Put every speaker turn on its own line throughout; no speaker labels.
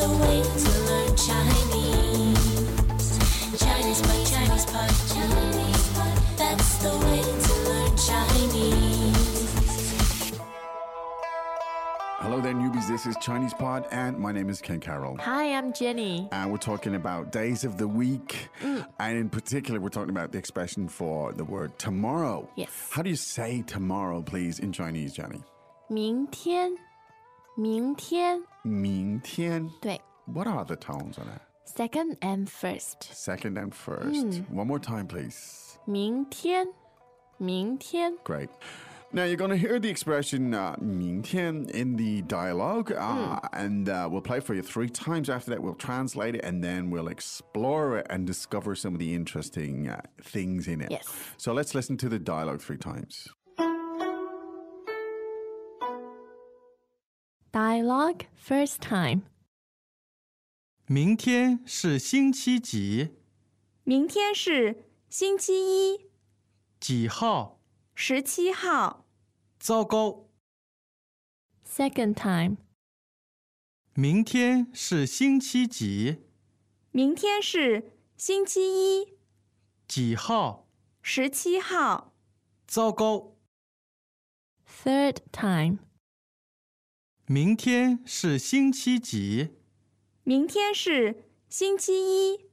a way to learn Chinese. Chinese pot, Chinese pot, Chinese pot. That's the way to learn Chinese.
Hello there, newbies. This is Chinese Pod, and my name is Ken Carroll.
Hi, I'm Jenny. Mm.
And we're talking about days of the week. And in particular, we're talking about the expression for the word tomorrow.
Yes.
How do you say tomorrow, please, in Chinese, Jenny?
明天，明天，
Ming tian.
对
What are the tones on that?
，second and first，
Second and first.
Mm.
One more time, please.
明天，明天，
Great. Now you're going to hear the expression uh, 明天 in the dialogue, uh, and uh, we'll play for you three times. After that, we'll translate it, and then we'll explore it and discover some of the interesting uh, things in it.
Yes.
So let's listen to the dialogue three times.
dialogue first time，
明天是星期几？
明天是星期一，
几号？
十七号。
糟糕！
second time，
明天是星期几？
明天是星期一，
几号？
十七号。
糟糕！
third time，
明天是星期几？
明天是星期一，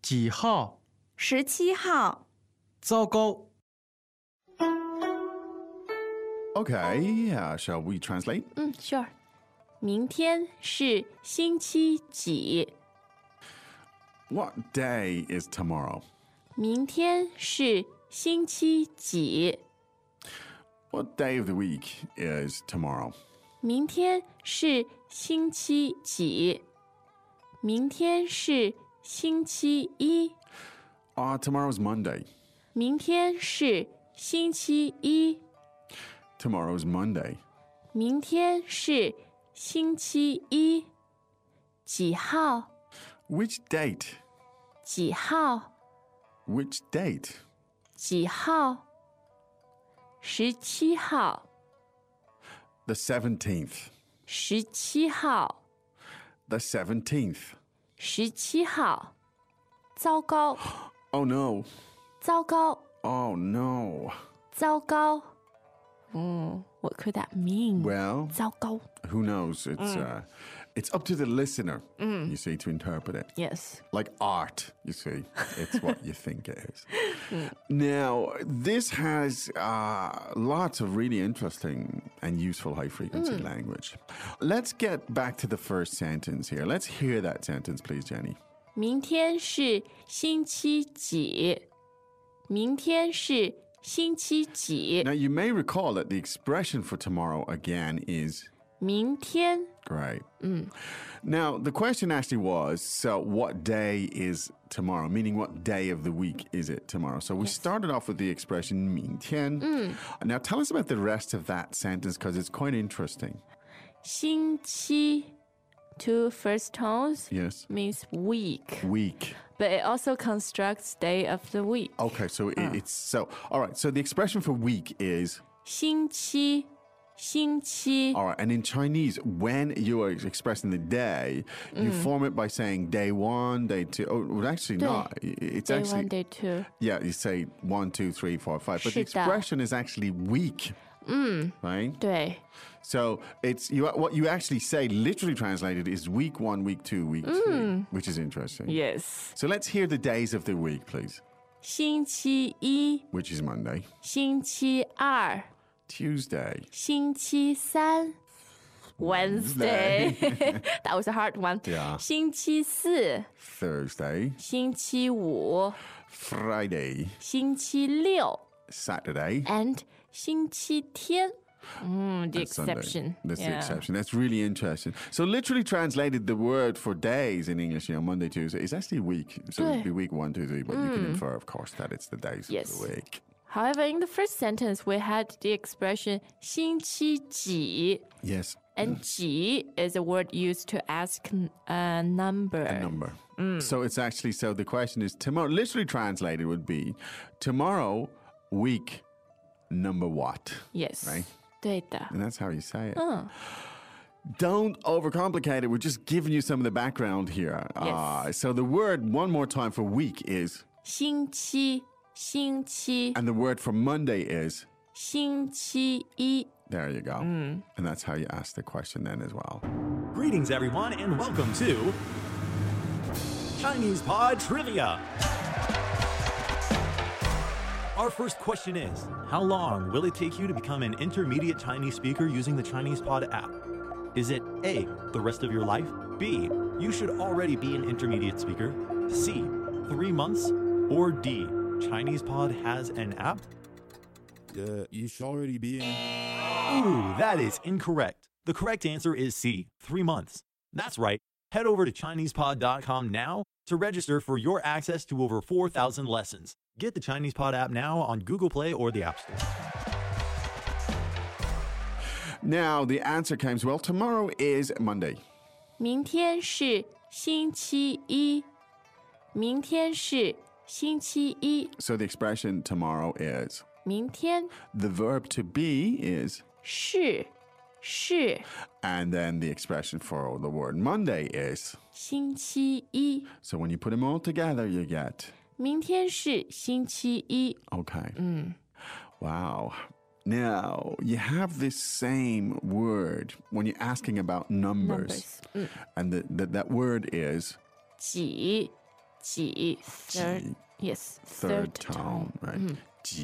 几号？
十七号。
糟糕！
Okay, uh, shall we translate?
嗯，sure，明天是星期几？
What day is tomorrow?
明天是星期几？
What day of the week is tomorrow?
明天是星期几？明天是星期一。
Ah, tomorrow's Monday.
明天是星期一，
Tomorrow's Monday.
明天是星期一，几号？
Which date?
几号？
Which date?
几号？十七号，
The 17th.
十七号，
The 17th.
十七号。糟糕，
Oh no.
糟糕，
Oh no.
糟糕。嗯，What could that mean？
Well,
糟糕。
who knows? It's uh, it's up to the listener, you see, to interpret it.
Yes.
Like art, you see, it's what you think it is. Now, this has uh, lots of really interesting and useful high frequency language. Let's get back to the first sentence here. Let's hear that sentence, please, Jenny.
明天是星期几？明天是星期几？
Now, you may recall that the expression for tomorrow again is
明天
Great.
Mm.
Now, the question actually was so, what day is tomorrow? Meaning, what day of the week is it tomorrow? So, we started off with the expression 明天.
Mm.
Now, tell us about the rest of that sentence because it's quite interesting.
星期 two first tones
Yes.
means week,
Week.
but it also constructs day of the week.
Okay, so
Ah.
it, it's so. All right, so the expression for week is.
星期星期
All right, and in Chinese, when you are expressing the day, you
Mm.
form it by saying day one, day two. Oh, well, actually, not. It's
day
actually.
one day two
Yeah, you say one, two, three, four, five, but the
是的。
expression is actually weak.
Mm.
Right?
对
So it's you what you actually say literally translated is week one, week two, week
Mm.
three, which is interesting.
yes
So let's hear the days of the week, please.
星期一
Which is Monday,
星期二
Tuesday.
星期三 Wednesday that was a hard one
Yeah.
星期四
Thursday,
星期五
Friday,
星期六
Saturday,
and 星期天 Mm, the
and Sunday.
exception.
That's the
Yeah.
exception. That's really interesting. So literally translated the word for days in English, you know, Monday, Tuesday, is actually week. So it'd be week one, two, three, but you can infer, of course, that it's the days
Mm. Yes.
of the week.
However, in the first sentence, we had the expression 星期几
Yes.
and 几 is a word used to ask n- a number.
A number. So it's actually so the question is tomorrow literally translated would be tomorrow week number what?
Yes.
right?
Right. 对的。
And that's how you say it. Don't overcomplicate it. We're just giving you some of the background here. Ah, so the word one more time for week is,
星期，星期，
and the word for Monday is.
星期一。
There you go. And that's how you ask the question then as well.
Greetings, everyone, and welcome to Chinese Pod Trivia. Our first question is How long will it take you to become an intermediate Chinese speaker using the Chinese Pod app? Is it A, the rest of your life? B, you should already be an intermediate speaker? C, three months? Or D, Chinese Pod has an app?
Uh, you should already be in.
Ooh, that is incorrect. The correct answer is C, three months. That's right. Head over to ChinesePod.com now to register for your access to over 4,000 lessons. Get the Chinese Pod app now on Google Play or the App Store.
Now the answer comes well, tomorrow is Monday.
明天是星期一，明天是星期一，
So the expression tomorrow is.
明天
The verb to be is,
是是
and then the expression for the word Monday is.
星期一，
So when you put them all together, you get.
明天是星期一。
Okay. Wow. Now, you have this same word when you're asking about numbers. And the, the, that word is
几几 third
几
yes
third tone, right? G.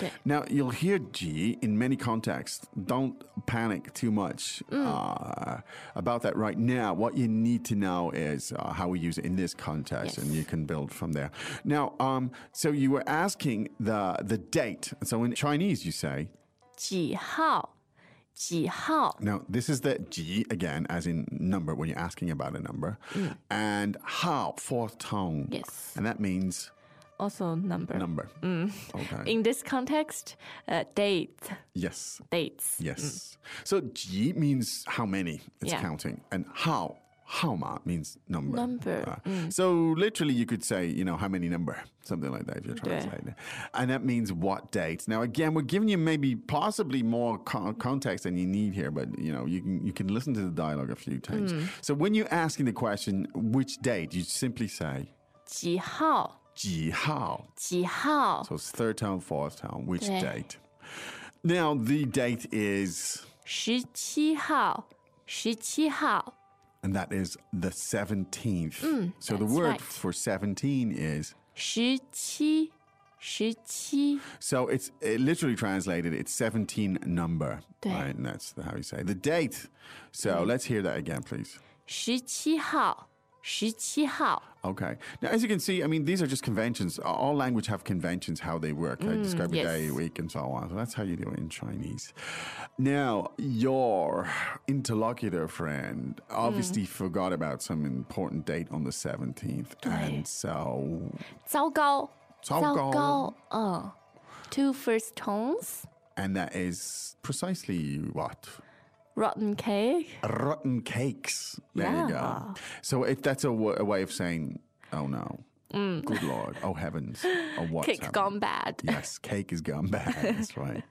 Mm-hmm. Okay.
Now, you'll hear G in many contexts. Don't panic too much
Mm.
uh, about that right now. What you need to know is uh, how we use it in this context, and you can build from there. Now, um, so you were asking the, the date. So in Chinese, you say,
几号几号
Now, this is the G again, as in number, when you're asking about a number. And how, fourth tone.
Mm. Yes. Mm.
And that means
also number
number. Okay.
in this context uh, date
yes.
dates
Yes. So G means how many, it's
Mm. Yeah.
counting. And how, how ma means number.
Number, Mm.
Uh, So literally you could say, you know, how many number, something like that if you're translating. it. And that means what date. Now again, we're giving you maybe possibly more con- context than you need here, but you know, you can you can listen to the dialogue a few times.
Mm.
So when you're asking the question which date, you simply say
几号
Ji how.
几号
So it's third town, fourth town, which
Yeah.
date. Now the date is
十七号十七号
and that is the 17th. so the
Mm, that's
word
right.
for 17 is
十七十七
so it's it literally translated it's 17 number
Dang.
right and that's how you say the date so
Mm-hmm.
let's hear that again please
十七号十七号
okay now as you can see i mean these are just conventions all language have conventions how they work i describe a
Mm, yes.
day a week and so on so that's how you do it in chinese now your interlocutor friend
Mm.
obviously forgot about some important date on the 17th and so
糟糕
糟糕
糕嗯 two first tones
And that is precisely what?
rotten cake
Rotten cakes. There you
Yeah.
go. So if that's a wa- a way of saying, oh no, good lord, oh heavens, oh what's
cake
happened?
Mm. gone bad
Yes, cake has gone bad. That's right.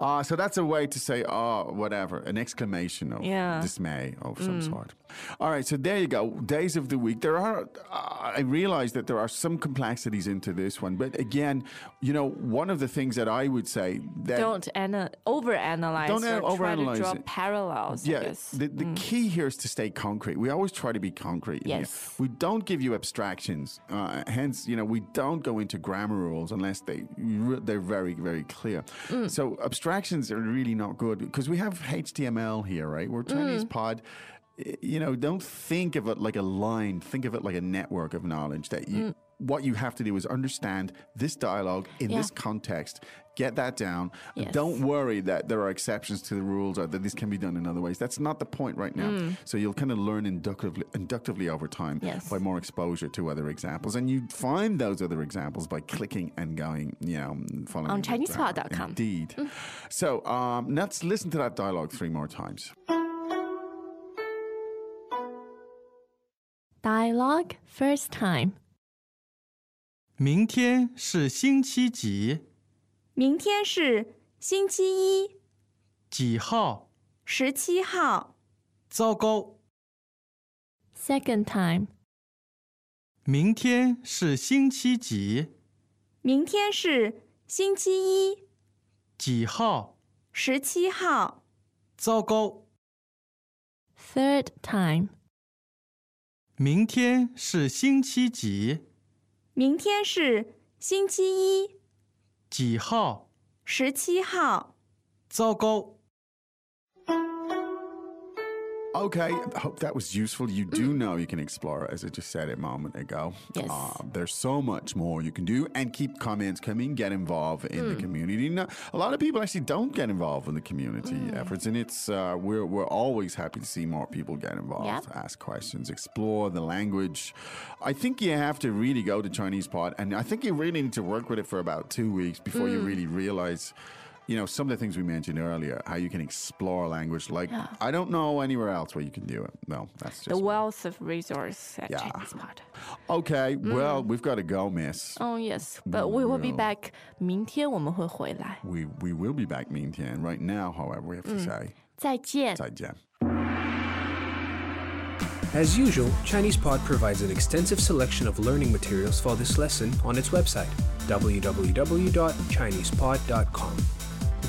Uh, so that's a way to say, oh, whatever, an exclamation of
Yeah. Mm.
dismay of some sort. All right, so there you go. Days of the week. There are, uh, I realize that there are some complexities into this one, but again, you know, one of the things that I would say that.
don't ana- overanalyze
Don't
or try to
overanalyze
draw
it.
parallels. I
Yeah,
guess.
the, the key here is to stay concrete. We always try to be concrete. in here.
Yes.
We don't give you abstractions. Uh, hence, you know, we don't go into grammar rules unless they re- they're very very clear.
Mm.
So abstractions are really not good because we have HTML here, right? We're Chinese
Mm.
pod. Y- You know, don't think of it like a line. Think of it like a network of knowledge that you.
Mm.
What you have to do is understand this dialogue in
Yeah.
this context, get that down.
Yes.
Don't worry that there are exceptions to the rules or that this can be done in other ways. That's not the point right now. So you'll kind of learn inductively, inductively over time
Mm. Yes.
by more exposure to other examples. And you find those other examples by clicking and going, you know, following.
On
the example.
ChinesePod.com.
Indeed.
Mm.
So um, let's listen to that dialogue three more times.
Dialogue first time.
明天是星期几？
明天是星期一，
几号？
十七号，
糟糕，
Second time.
明天是星期几？
明天是星期一，
几号？
十七号。
糟糕，
Third time.
明天是星期几？
明天是星期一，
几号？
十七号。
糟糕，
Okay, I hope that was useful. You do know you can explore it, as I just said a moment ago.
Mm.
Uh,
Yes.
there's so much more you can do, and keep comments coming. Get involved in
Mm.
the community. No, a lot of people actually don't get involved in the community
Mm.
efforts, and it's uh, we're we're always happy to see more people get involved,
Yep.
ask questions, explore the language. I think you have to really go to Chinese Pod, and I think you really need to work with it for about two weeks before
Mm.
you really realize you know, some of the things we mentioned earlier, how you can explore language like I don't know anywhere else where you can do it. No, that's just
The
me.
wealth of resource at
Yeah.
Chinese Pod.
Okay, well, we've got to go, miss.
Mm. Oh yes, but we will be
Well.
back. 明天我们会回来。
We we will be back mean Tian. Right now, however, we have
Mm.
to say
再见。
say Jen.
As usual, ChinesePod provides an extensive selection of learning materials for this lesson on its website, www.chinesepod.com. You